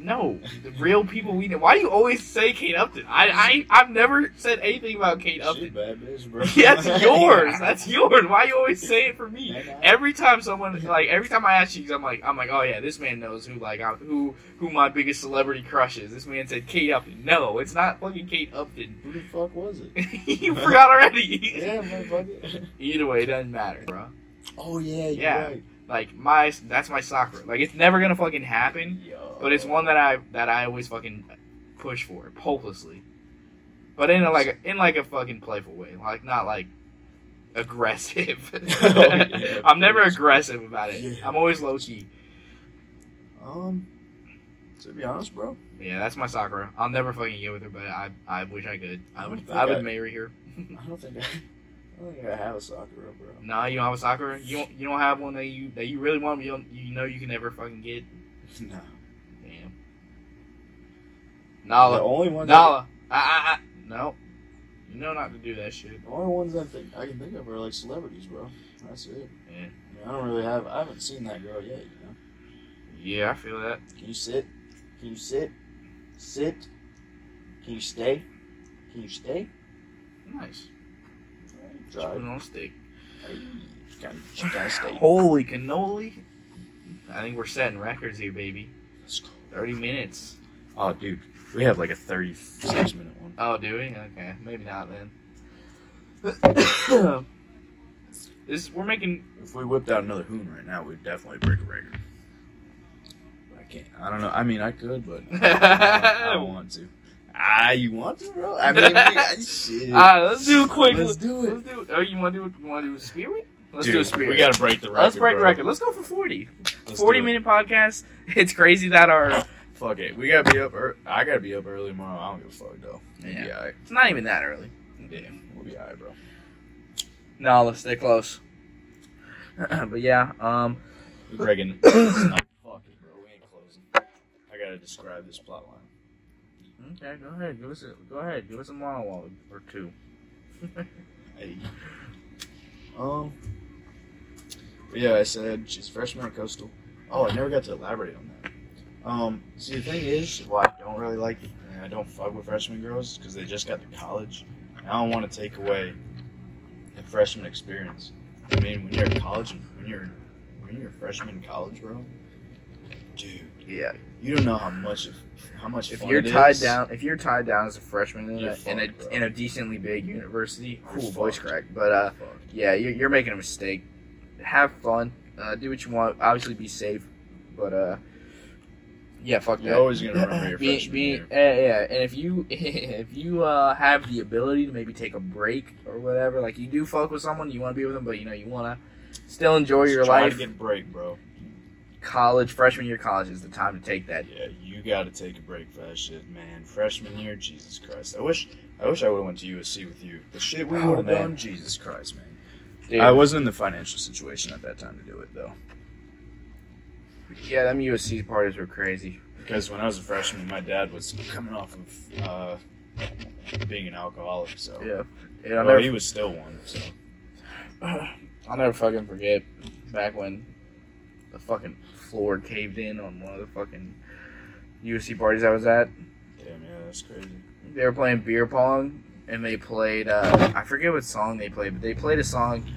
A: No, the real people we know. Why do you always say Kate Upton? I I I've never said anything about Kate
B: She
A: Upton.
B: bad bitch, bro.
A: Yeah, That's yours. That's yours. Why you always say it for me? Every time someone like every time I ask you, 'cause I'm like I'm like oh yeah, this man knows who like I, who who my biggest celebrity crush is. This man said Kate Upton. No, it's not fucking Kate Upton.
B: Who the fuck was it?
A: you forgot already.
B: Yeah, motherfucker.
A: Either way, it doesn't matter, bro.
B: Oh yeah, you're
A: Yeah.
B: right.
A: Like my that's my soccer. Like it's never gonna fucking happen.
B: Yo.
A: But it's one that I that I always fucking push for hopelessly. But in a, like in like a fucking playful way, like not like aggressive.
B: Oh, yeah,
A: I'm never
B: please.
A: aggressive about it.
B: Yeah.
A: I'm always low key.
B: Um, to be honest, bro,
A: Yeah, that's my Sakura. I'll never fucking get with her, but I I wish I could. I
B: I don't
A: would
B: think
A: I would
B: I-
A: marry her.
B: I don't think I, I don't think I have a Sakura, bro.
A: Nah, you don't have a Sakura. You don't, you don't have one that you that you really want. You don't, you know you can never fucking get.
B: No.
A: Damn.
B: the
A: Nala,
B: only ones. I,
A: Nala. I, I, I, no. You know not to do that shit.
B: the only ones I think I can think of are like celebrities, bro. That's it.
A: Yeah.
B: I, mean, I don't really have. I haven't seen that girl yet. You know.
A: Yeah, I feel that.
B: Can you sit? Can you sit? Sit. Can you stay? Can you stay?
A: Nice.
B: Drive.
A: on stick.
B: Hey, She gotta, she gotta stay.
A: Holy cannoli. I think we're setting records here, baby.
D: Let's go.
A: 30 minutes.
D: Oh, dude, we have like a 36 minute one.
A: Oh, do we? Okay, maybe not then. this we're making.
D: If we whipped out another hoon right now, we'd definitely break a record. I can't. I don't know. I mean, I could, but I don't want to. Ah, you want to, bro? I mean, we, shit.
A: Alright, let's do a quick.
D: Let's do it.
A: Let's do. Oh, you want to do? You want to do a spirit? Let's
B: Dude,
A: do a spirit.
B: We gotta break the record.
A: Let's break the
B: bro.
A: record. Let's go for 40.
B: Let's
A: 40
B: do it.
A: minute podcast. It's crazy that our.
B: Fuck it. We gotta be up. ear I gotta be up early tomorrow. I don't give a fuck though.
A: Yeah.
B: Yeah, alright.
A: It's not even that early.
B: yeah, we'll be alright, bro.
A: No, let's stay close. but yeah, um,
B: We're breaking. it's not fucking, bro. We ain't closing. I gotta describe this plot line.
A: Okay, go ahead. Give us a go ahead. Give us a monologue or two.
B: Hey.
D: Um,
B: But yeah, I said she's a freshman at Coastal. Oh, I never got to elaborate on that.
D: um,
B: See, the thing is, well, I don't really like, and I don't fuck with freshman girls because they just got to college. And I don't want to take away the freshman experience. I mean, when you're at college, and when you're when you're a freshman in college, bro, dude,
A: Yeah.
B: you don't know how much of how much
A: If
B: fun
A: you're
B: it
A: tied
B: is.
A: down, if you're tied down as a freshman in
B: You're
A: a, in,
B: fucked,
A: a
B: bro.
A: in a decently big university,
B: You're
A: cool voice
B: fucked.
A: crack. But uh,
B: Fuck.
A: yeah, you're, you're making a mistake. Have fun. Uh, do what you want. Obviously, be safe. But uh, yeah, fuck
B: You're
A: that.
B: always gonna remember your
A: Be,
B: freshman
A: be,
B: year.
A: yeah, yeah, and if you if you uh, have the ability to maybe take a break or whatever, like you do fuck with someone, you want to be with them, but you know you want to still enjoy your
B: Just try
A: life.
B: To get a break, bro.
A: college, freshman year of college is the time to take that.
B: Yeah, you got to take a break for that shit, man. Freshman year, Jesus Christ. I wish, I wish I would have went to USC with you. The shit we
D: Oh,
B: would have
D: man.
B: done, Jesus Christ, man.
A: Dude,
D: I wasn't in the financial situation at that time to do it though.
A: yeah, them USC parties were crazy.
B: Because when I was a freshman, my dad was coming off of uh, being an alcoholic, so
A: Yeah, and
B: well,
A: I'll, never,
B: he was still one. So
A: I'll never fucking forget back when the fucking floor caved in on one of the fucking USC parties I was at.
B: damn, yeah, that's crazy.
A: They were playing beer pong, and they played uh, I forget what song they played, but they played a song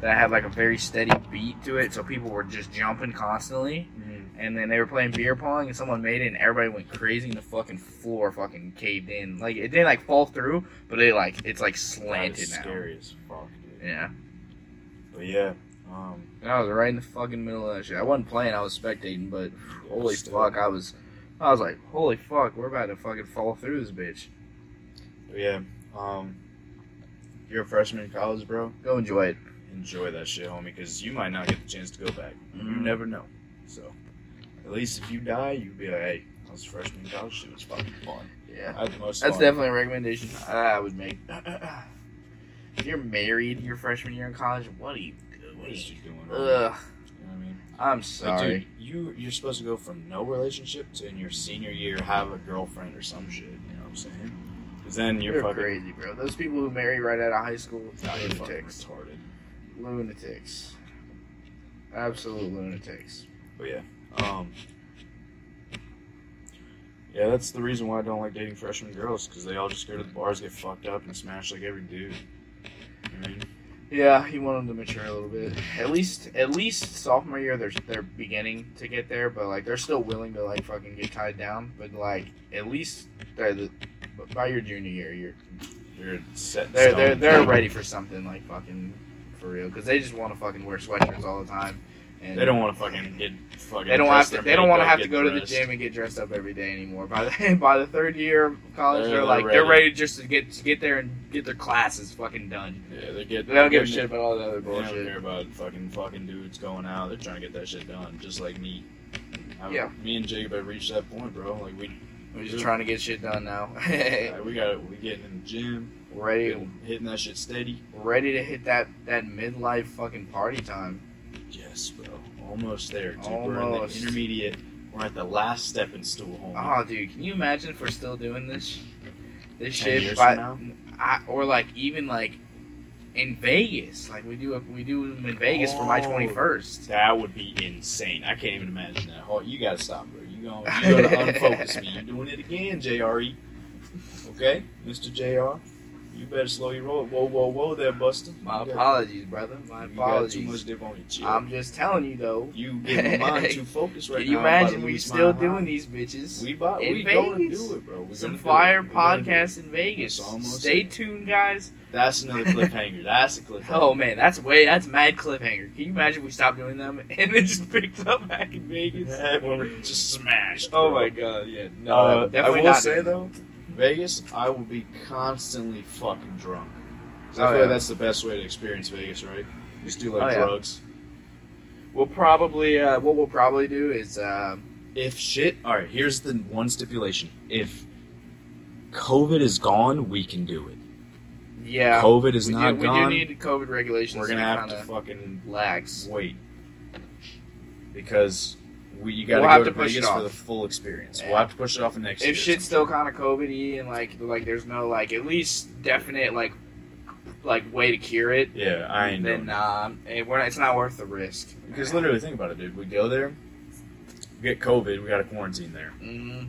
A: that had like a very steady beat to it, so people were just jumping constantly. and then they were playing beer pong and someone made it and everybody went crazy and the fucking floor fucking caved in. Like it didn't like fall through, but it like it's like
B: That
A: slanted
B: is
A: now.
B: scary as fuck, dude.
A: Yeah.
B: But yeah, um,
A: And I was right in the fucking middle of that shit. I wasn't playing, I was spectating, but holy
B: still.
A: fuck, I was I was like, holy fuck, we're about to fucking fall through this bitch.
B: but yeah, um, if you're a freshman in college, bro.
A: Go enjoy it.
B: enjoy that shit, homie, because you might not get the chance to go back. You
A: Mhm.
B: never know. So, at least if you die, you'd be like, hey, I was a freshman in college. It was fucking fun. I
A: Yeah.
B: had the most
A: That's
B: fun.
A: definitely a recommendation I would make. if you're married your freshman year in college, what are you
B: What is
A: doing?
B: you doing? homie?
A: Ugh.
B: You know what I mean?
A: I'm
B: Like,
A: sorry.
B: dude, you, you're supposed to go from no relationship to in your senior year have a girlfriend or some shit. You know what I'm saying? Because then you're
A: You're
B: fucking,
A: crazy, bro. Those people who marry right out of high school,
B: Nah, you're fucking
A: lunatics.
B: retarded.
A: Lunatics. Absolute lunatics.
B: But yeah, um, yeah, that's the reason why I don't like dating freshman girls because they all just go to the bars, get fucked up, and smash like every dude. You know what I mean,
A: Yeah, you want them to mature a little bit. At least, at least sophomore year, they're they're beginning to get there, but like they're still willing to like fucking get tied down. But like, at least they're the, by your junior year, you're
B: they're set. in
A: they're they're,
B: stone.
A: they're ready for something like fucking for real because they just want to fucking wear sweatshirts all the time. And
B: They don't want to fucking get fucking.
A: They don't
B: dress
A: have
B: their
A: to. They don't want to
B: makeup,
A: have to
B: get
A: go to the
B: dressed.
A: gym and get dressed up every day anymore. By the by the third year of college,
B: They're-
A: they're,
B: they're
A: like they're
B: ready.
A: ready just to get to get there and get their classes fucking done.
B: Yeah, they get.
A: They don't give a
B: they-
A: shit about all the other
B: They don't care
A: bullshit.
B: about fucking fucking dudes going out. They're trying to get that shit done, just like me. I-
A: Yeah.
B: Me and Jacob have reached that point, bro. Like we,
A: We're
B: Mm-hmm.
A: just trying to get shit done now.
B: uh, we got we getting in the gym,
A: We're ready,
B: getting- hitting that shit steady.
A: we're ready to hit that that midlife fucking party time.
B: Yes, bro. Almost there. Dude. We're in the
A: Almost.
B: intermediate. We're at the last stepping stool, homie.
A: Oh, dude, can you imagine if we're still doing this this
B: Ten
A: shit?
B: years
A: by-
B: from
A: I, or like even like in Vegas, like we do a, we do them in Vegas for my
B: Oh.
A: twenty first.
B: That would be insane. I can't even imagine that. Hold, you gotta stop, bro. You gonna you E. gonna unfocus me. You're doing it again, JRE. Okay, Mr. JR. You better slow your roll. Whoa, whoa, whoa there, Buster.
A: My
B: You got-
A: apologies, brother. My
B: You got too much
A: apologies.
B: dip on your chin.
A: I'm just telling you though.
B: you get my mind too focused right
A: Can
B: now.
A: you
B: I'm about to
A: imagine we
B: lose my
A: still
B: mind.
A: doing these bitches?
B: We about,
A: in
B: we gonna
A: Vegas?
B: do it, bro. We're
A: Some
B: gonna do
A: fire
B: it. We're gonna do it.
A: podcast in Vegas.
B: It's almost-
A: Stay tuned, guys.
B: That's another cliffhanger. That's a cliffhanger.
A: Oh man, that's way that's mad cliffhanger. Can you imagine if we stopped doing them and it just picked up back in Vegas?
B: That one we just smashed.
A: Oh
B: bro.
A: my god, yeah. No,
B: Uh,
A: definitely
B: I will
A: not
B: say
A: doing that.
B: though, Vegas, I will be constantly fucking drunk. 'Cause
A: Oh,
B: I feel
A: yeah.
B: like that's the best way to experience Vegas, right? Just do
A: Oh,
B: like
A: yeah.
B: drugs.
A: We'll probably uh, what we'll probably do is uh,
B: If shit, all right. Here's the one stipulation: if COVID is gone, we can do it.
A: yeah.
B: COVID is
A: we
B: not
A: do,
B: gone.
A: We do need COVID regulations.
B: We're gonna have to
A: kinda
B: fucking
A: lax.
B: wait because we you gotta
A: We'll
B: go
A: have
B: to,
A: to push
B: Vegas
A: it off.
B: for the full experience.
A: Yeah.
B: We'll have to push it off to next year.
A: If shit's still kind of COVID-y and like like there's no like at least definite like like way to cure it,
B: yeah, I ain't doing
A: then um, it, we're not, it's not worth the risk.
B: it. because literally think about it, dude. We go there, we get COVID, we got to quarantine there.
A: Mm,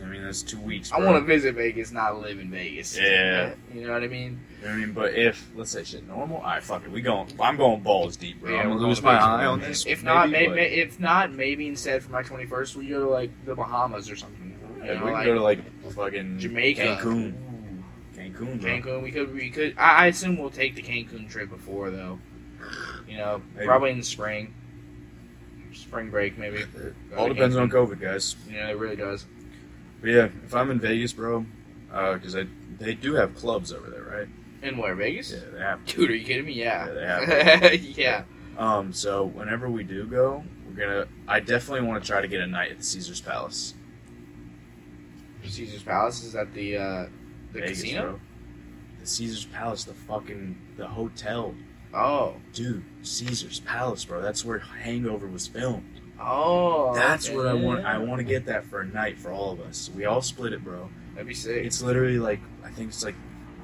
B: I mean, that's two weeks.
A: I
B: bro.
A: want to visit Vegas, not live in Vegas.
B: Yeah.
A: you know what I mean.
B: You know what I mean, but if let's say shit normal, I fuck it. We going. I'm going balls deep, bro.
A: Yeah,
B: I'm
A: we're
B: gonna
A: going
B: lose my
A: balls
B: eye
A: deep.
B: on this.
A: If not,
B: maybe,
A: maybe, if not, maybe instead for my twenty first, we go to like the Bahamas or something.
B: but-
A: You
B: Yeah,
A: know,
B: we can
A: like
B: go to like fucking
A: Jamaica.
B: Cancun, Cancun, bro.
A: Cancun. We could. We could. I, I assume we'll take the Cancun trip before though. You know,
B: Maybe.
A: probably in the spring, spring break maybe. Go
B: All
A: to
B: depends on
A: Cancun.
B: COVID, guys.
A: Yeah, it really does.
B: But yeah, if I'm in Vegas, bro, because I they do have clubs over there, right?
A: And where Vegas?
B: Yeah, they have.
A: Dude, are you kidding me? Yeah.
B: Yeah,
A: Yeah.
B: Um, so whenever we do go, we're gonna. I definitely want to try to get a night at the Caesar's Palace.
A: Caesar's Palace is at the uh, the
B: Vegas,
A: casino.
B: bro. The Caesar's Palace, the fucking the hotel.
A: Oh.
B: Dude, Caesar's Palace, bro. That's where Hangover was filmed.
A: Oh.
B: That's
A: okay.
B: what I want. I want to get that for a night for all of us. We all split it, bro.
A: That'd be sick.
B: It's literally like I think it's like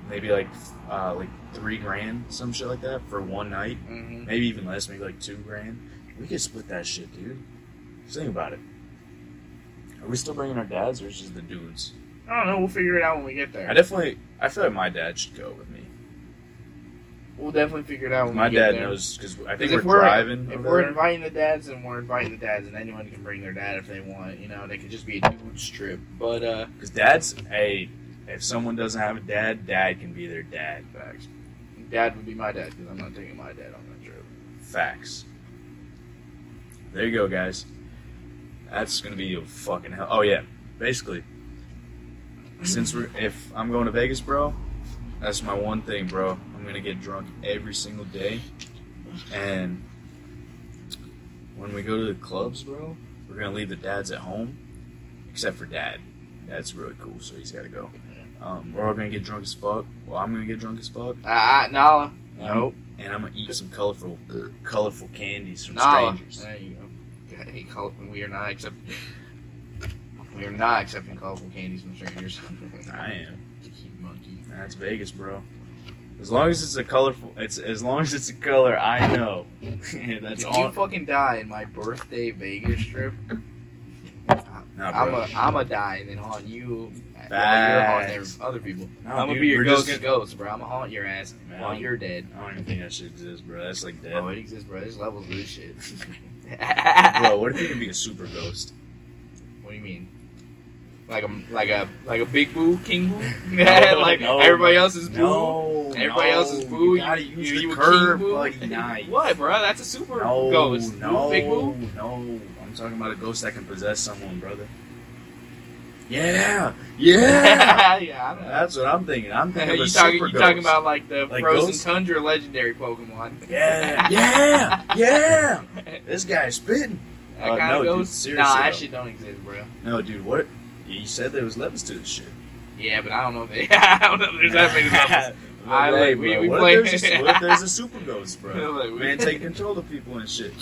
B: maybe like uh, like three grand, some shit like that, for one night.
A: hmm
B: Maybe even less. Maybe like two grand. We could split that shit, dude. Just think about it. Are we still bringing our dads or is it just the dudes?
A: I don't know. We'll figure it out when we get
B: I
A: there.
B: definitely. I feel like my dad should go with me.
A: We'll definitely figure it out when
B: My
A: we get
B: dad
A: there.
B: knows because I
A: 'Cause
B: think
A: if
B: we're,
A: we're-
B: driving.
A: If
B: over
A: we're
B: there.
A: inviting the dads, then we're inviting the dads, and anyone can bring their dad if they want. You know, they could just be a dude's trip. But uh,
B: Because dad's a. If someone doesn't have a dad, dad can be their dad. Facts.
A: dad would be my dad because I'm not taking my dad on that trip.
B: Facts. There you go, guys. That's gonna be a fucking hell. Oh yeah, basically. Since we're if I'm going to Vegas, bro, that's my one thing, bro. I'm gonna get drunk every single day, and when we go to the clubs, bro, we're gonna leave the dads at home, except for dad. Dad's really cool, so he's gotta go. Um, we're all gonna get drunk as fuck. Well, I'm gonna get drunk as fuck.
A: Ah, uh, Nala.
B: I'm-
A: Nope.
B: And I'm gonna eat some colorful, uh, colorful candies from
A: Nala.
B: strangers.
A: There you go. He called. We are not accept. We are not accepting colorful candies from strangers.
B: I am.
A: You monkey.
B: That's Vegas, bro. As long as it's a colorful, it's as long as it's a color I know.
A: If
B: That's
A: you
B: all.
A: fucking die in my birthday Vegas trip,
B: Nah,
A: I'm
B: bro.
A: a I'm a die and then haunt you. while You're haunting
B: Facts.
A: other people.
B: No,
A: I'm gonna
B: dude,
A: be your
B: we're
A: ghost
B: just-
A: ghost, bro. I'm gonna haunt your ass
B: Man,
A: while
B: I'm-
A: you're dead.
B: I don't even think that shit exists, bro. That's like dead.
A: Oh, it exists, bro. There's levels to this shit.
B: bro, what if you could be a super ghost?
A: What do you mean? Like a like a like a big boo king boo?
B: No,
A: like
B: no,
A: everybody else is boo.
B: No,
A: Everybody
B: no,
A: else is boo.
B: You gotta use
A: you,
B: the
A: you a
B: curve,
A: king boo?
B: buddy. Nice.
A: What, bro? That's a super
B: No,
A: ghost. You
B: no,
A: big boo.
B: no. I'm talking about a ghost that can possess someone, brother. Yeah, yeah.
A: yeah, I don't know.
B: That's what I'm thinking. I'm thinking of
A: you
B: a
A: talking,
B: super
A: you talking
B: ghost.
A: about like the
B: Like
A: frozen
B: ghosts?
A: tundra legendary Pokemon?
B: Yeah, yeah, yeah. This guy's spitting.
A: That
B: Uh,
A: kind
B: no,
A: of
B: dude,
A: ghost.
B: seriously,
A: nah, that
B: though.
A: shit don't exist, bro.
B: No, dude, what? You said there was levels to this shit.
A: Yeah, but I don't know. If they, I don't know if there's that many levels. I
B: Hey,
A: like- we-
B: bro,
A: we
B: what,
A: play-
B: if there's a, what if there's a super ghost, bro?
A: Like, we-
B: Man, take control of people and shit.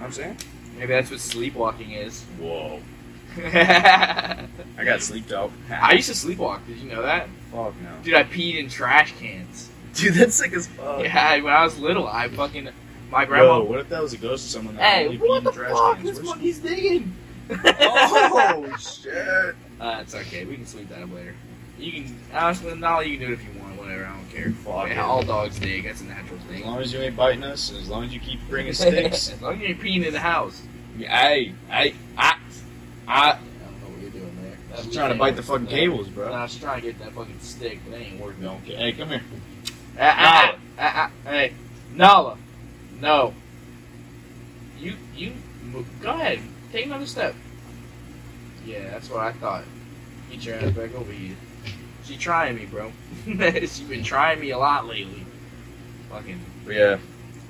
B: I'm saying.
A: Maybe that's what sleepwalking is.
B: Whoa,
A: I
B: I got sleep out.
A: used to sleepwalk. Did you know that?
B: fuck no,
A: Dude, I peed in trash cans.
B: dude, that's sick as fuck.
A: Yeah, when I was little, I fucking my
B: Bro,
A: grandma.
B: what if that was a ghost of someone that
A: hey,
B: only
A: what
B: peed
A: the
B: in trash
A: fuck?
B: cans?
A: This
B: Where's-
A: monkey's digging.
B: Oh shit!
A: uh, it's okay. We can sleep that up later. You can honestly, Nolly, you can do it if you want. Whatever, I don't care.
B: Fuck
A: Yeah,
B: it.
A: all dogs dig. That's a natural
B: As
A: thing.
B: long as you ain't biting us, and as long as you keep bringing sticks,
A: as long as you're peeing in the house.
B: hey, hey, I, I,
A: I don't know what you're doing there. That's
B: I'm trying to bite the fucking cables, bro.
A: I was trying to get that fucking stick, but it ain't working.
B: No, okay. Hey, come here.
A: Ah, ah, ah, ah, hey, Nala, no. You, you, mo- go ahead. Take another step. Yeah, that's what I thought. Get your ass back over here. She trying me, bro. She's been trying me a lot lately. Fucking.
B: But yeah,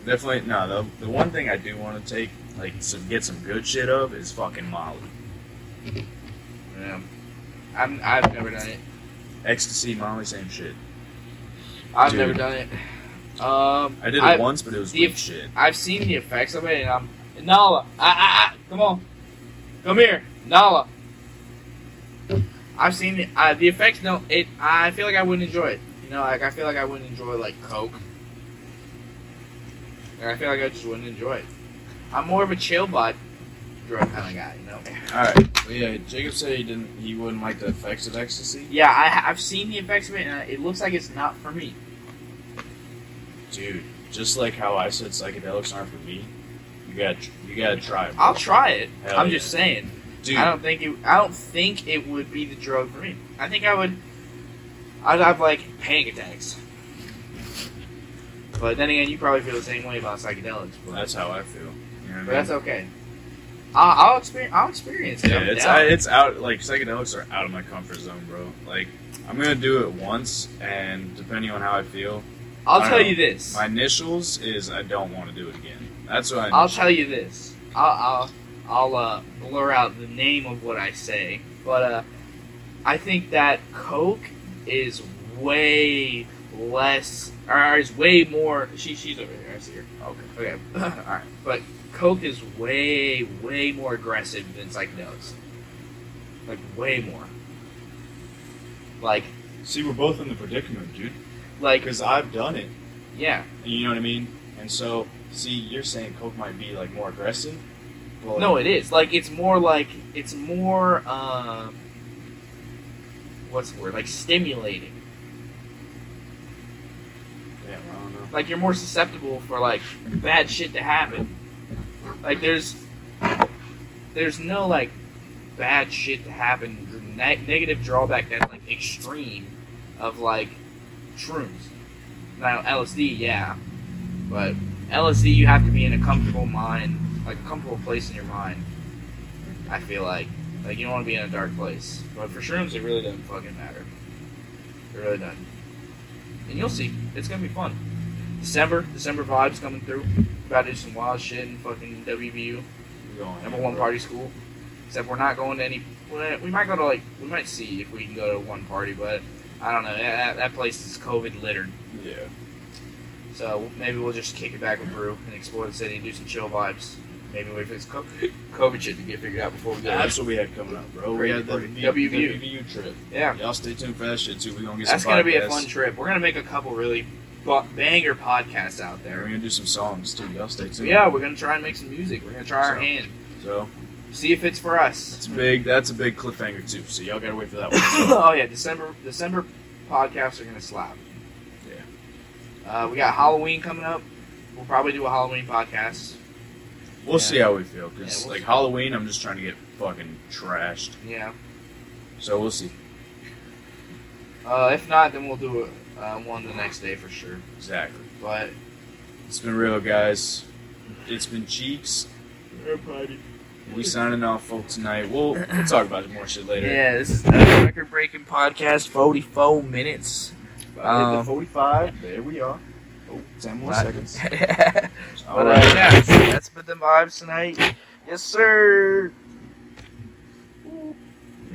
B: definitely. No, the, the one thing I do want to take, like, some, get some good shit of is fucking Molly.
A: Yeah. I'm, I've never done it.
B: Ecstasy, Molly, same shit.
A: I've
B: Dude.
A: never done it. Um,
B: I did it
A: I've,
B: once, but it was
A: the-
B: weak shit.
A: I've seen the effects of it, and I'm Nala. Ah, ah, ah, come on, come here, Nala. I've seen the, uh, the effects. No, it. I feel like I wouldn't enjoy it. You know, like I feel like I wouldn't enjoy like Coke. Like, I feel like I just wouldn't enjoy it. I'm more of a chill bud drug kind of guy. You know.
B: All right. But yeah, Jacob said he didn't. He wouldn't like the effects of ecstasy.
A: Yeah, I, I've seen the effects of it, and it looks like it's not for me.
B: Dude, just like how I said psychedelics aren't for me. You got. to You got to try. it, bro.
A: I'll try it.
B: Hell
A: I'm
B: yeah.
A: just saying.
B: Dude,
A: I don't think it. I don't think it would be the drug for me. I think I would. I'd have like panic attacks. But then again, you probably feel the same way about psychedelics. But,
B: that's how I feel. You know what I
A: but
B: mean?
A: that's okay. I'll, I'll experience. I'll experience it.
B: Yeah,
A: I'm
B: it's
A: down.
B: I, it's out. Like psychedelics are out of my comfort zone, bro. Like I'm gonna do it once, and depending on how I feel,
A: I'll
B: I
A: tell
B: don't
A: you this.
B: my initials is I don't want to do it again. That's what I.
A: I'll tell you this. I'll I'll, I'll uh, blur out the name of what I say, but uh, I think that Coke is way less, or is way more. She she's over there. I see her. Okay. Okay. All right. But Coke is way way more aggressive than psychedelics. Like way more. Like
B: See, we're both in the predicament, dude.
A: like
B: Because I've done it.
A: yeah.
B: You know what I mean? And so, see, you're saying coke might be like more aggressive. Well,
A: No, it is. Like it's more like it's more um what's the word? Like stimulating.
B: Damn, I don't know.
A: Like you're more susceptible for like bad shit to happen. Like there's there's no like bad shit to happen ne- negative drawback that's like extreme of like shrooms. Now LSD, yeah. But LSD you have to be in a comfortable mind, like a comfortable place in your mind. I feel like. Like you don't want to be in a dark place. But for shrooms it really doesn't fucking matter. It really doesn't. And you'll see. It's gonna be fun. December, December vibes coming through. About to do some wild shit in fucking WVU.
B: We're going
A: Number
B: here,
A: one
B: bro.
A: party school. Except we're not going to any. well, We might go to like. We might see if we can go to one party, but I don't know. That, that- that place is COVID littered.
B: Yeah.
A: So maybe we'll just kick it back with Brew and explore the city and do some chill vibes. Maybe wait for this co- COVID shit to get figured out before we go.
B: That's what we had coming up, bro. We
A: Crazy
B: had the
A: party.
B: V-
A: WVU.
B: WVU trip.
A: Yeah,
B: Y'all stay tuned for that shit too. We gonna get
A: that's
B: some.
A: gonna be a
B: podcasts.
A: fun trip. We're gonna make a couple really bu- banger podcasts out
B: Yeah, We're
A: there.
B: gonna do some songs too. Y'all stay tuned.
A: Yeah, we're gonna try and make some music. We're gonna try our
B: So-
A: hand.
B: So
A: See if it's for us.
B: it's big. That's a big cliffhanger too. So y'all gotta wait for that one.
A: oh yeah, December December podcasts are gonna slap. Yeah. Uh, we got Halloween coming up. We'll probably do a Halloween podcast.
B: We'll
A: Yeah.
B: see how we feel. Cause
A: Yeah, we'll
B: like
A: see.
B: Halloween, I'm just trying to get fucking trashed.
A: Yeah.
B: So we'll see.
A: Uh, if not, then we'll do a, uh, one the next day for sure.
B: Exactly.
A: But
B: It's been real, guys. It's been cheeks. We signing off, folks. Tonight, we'll we'll talk about more shit later.
A: yeah, this is another record breaking podcast. Forty four minutes.
B: About to hit
A: Um,
B: the 45. There we are. Oh, 10 more
A: Not-
B: seconds.
A: but uh,
B: All right.
A: yeah, that's been the vibes tonight. Yes, sir.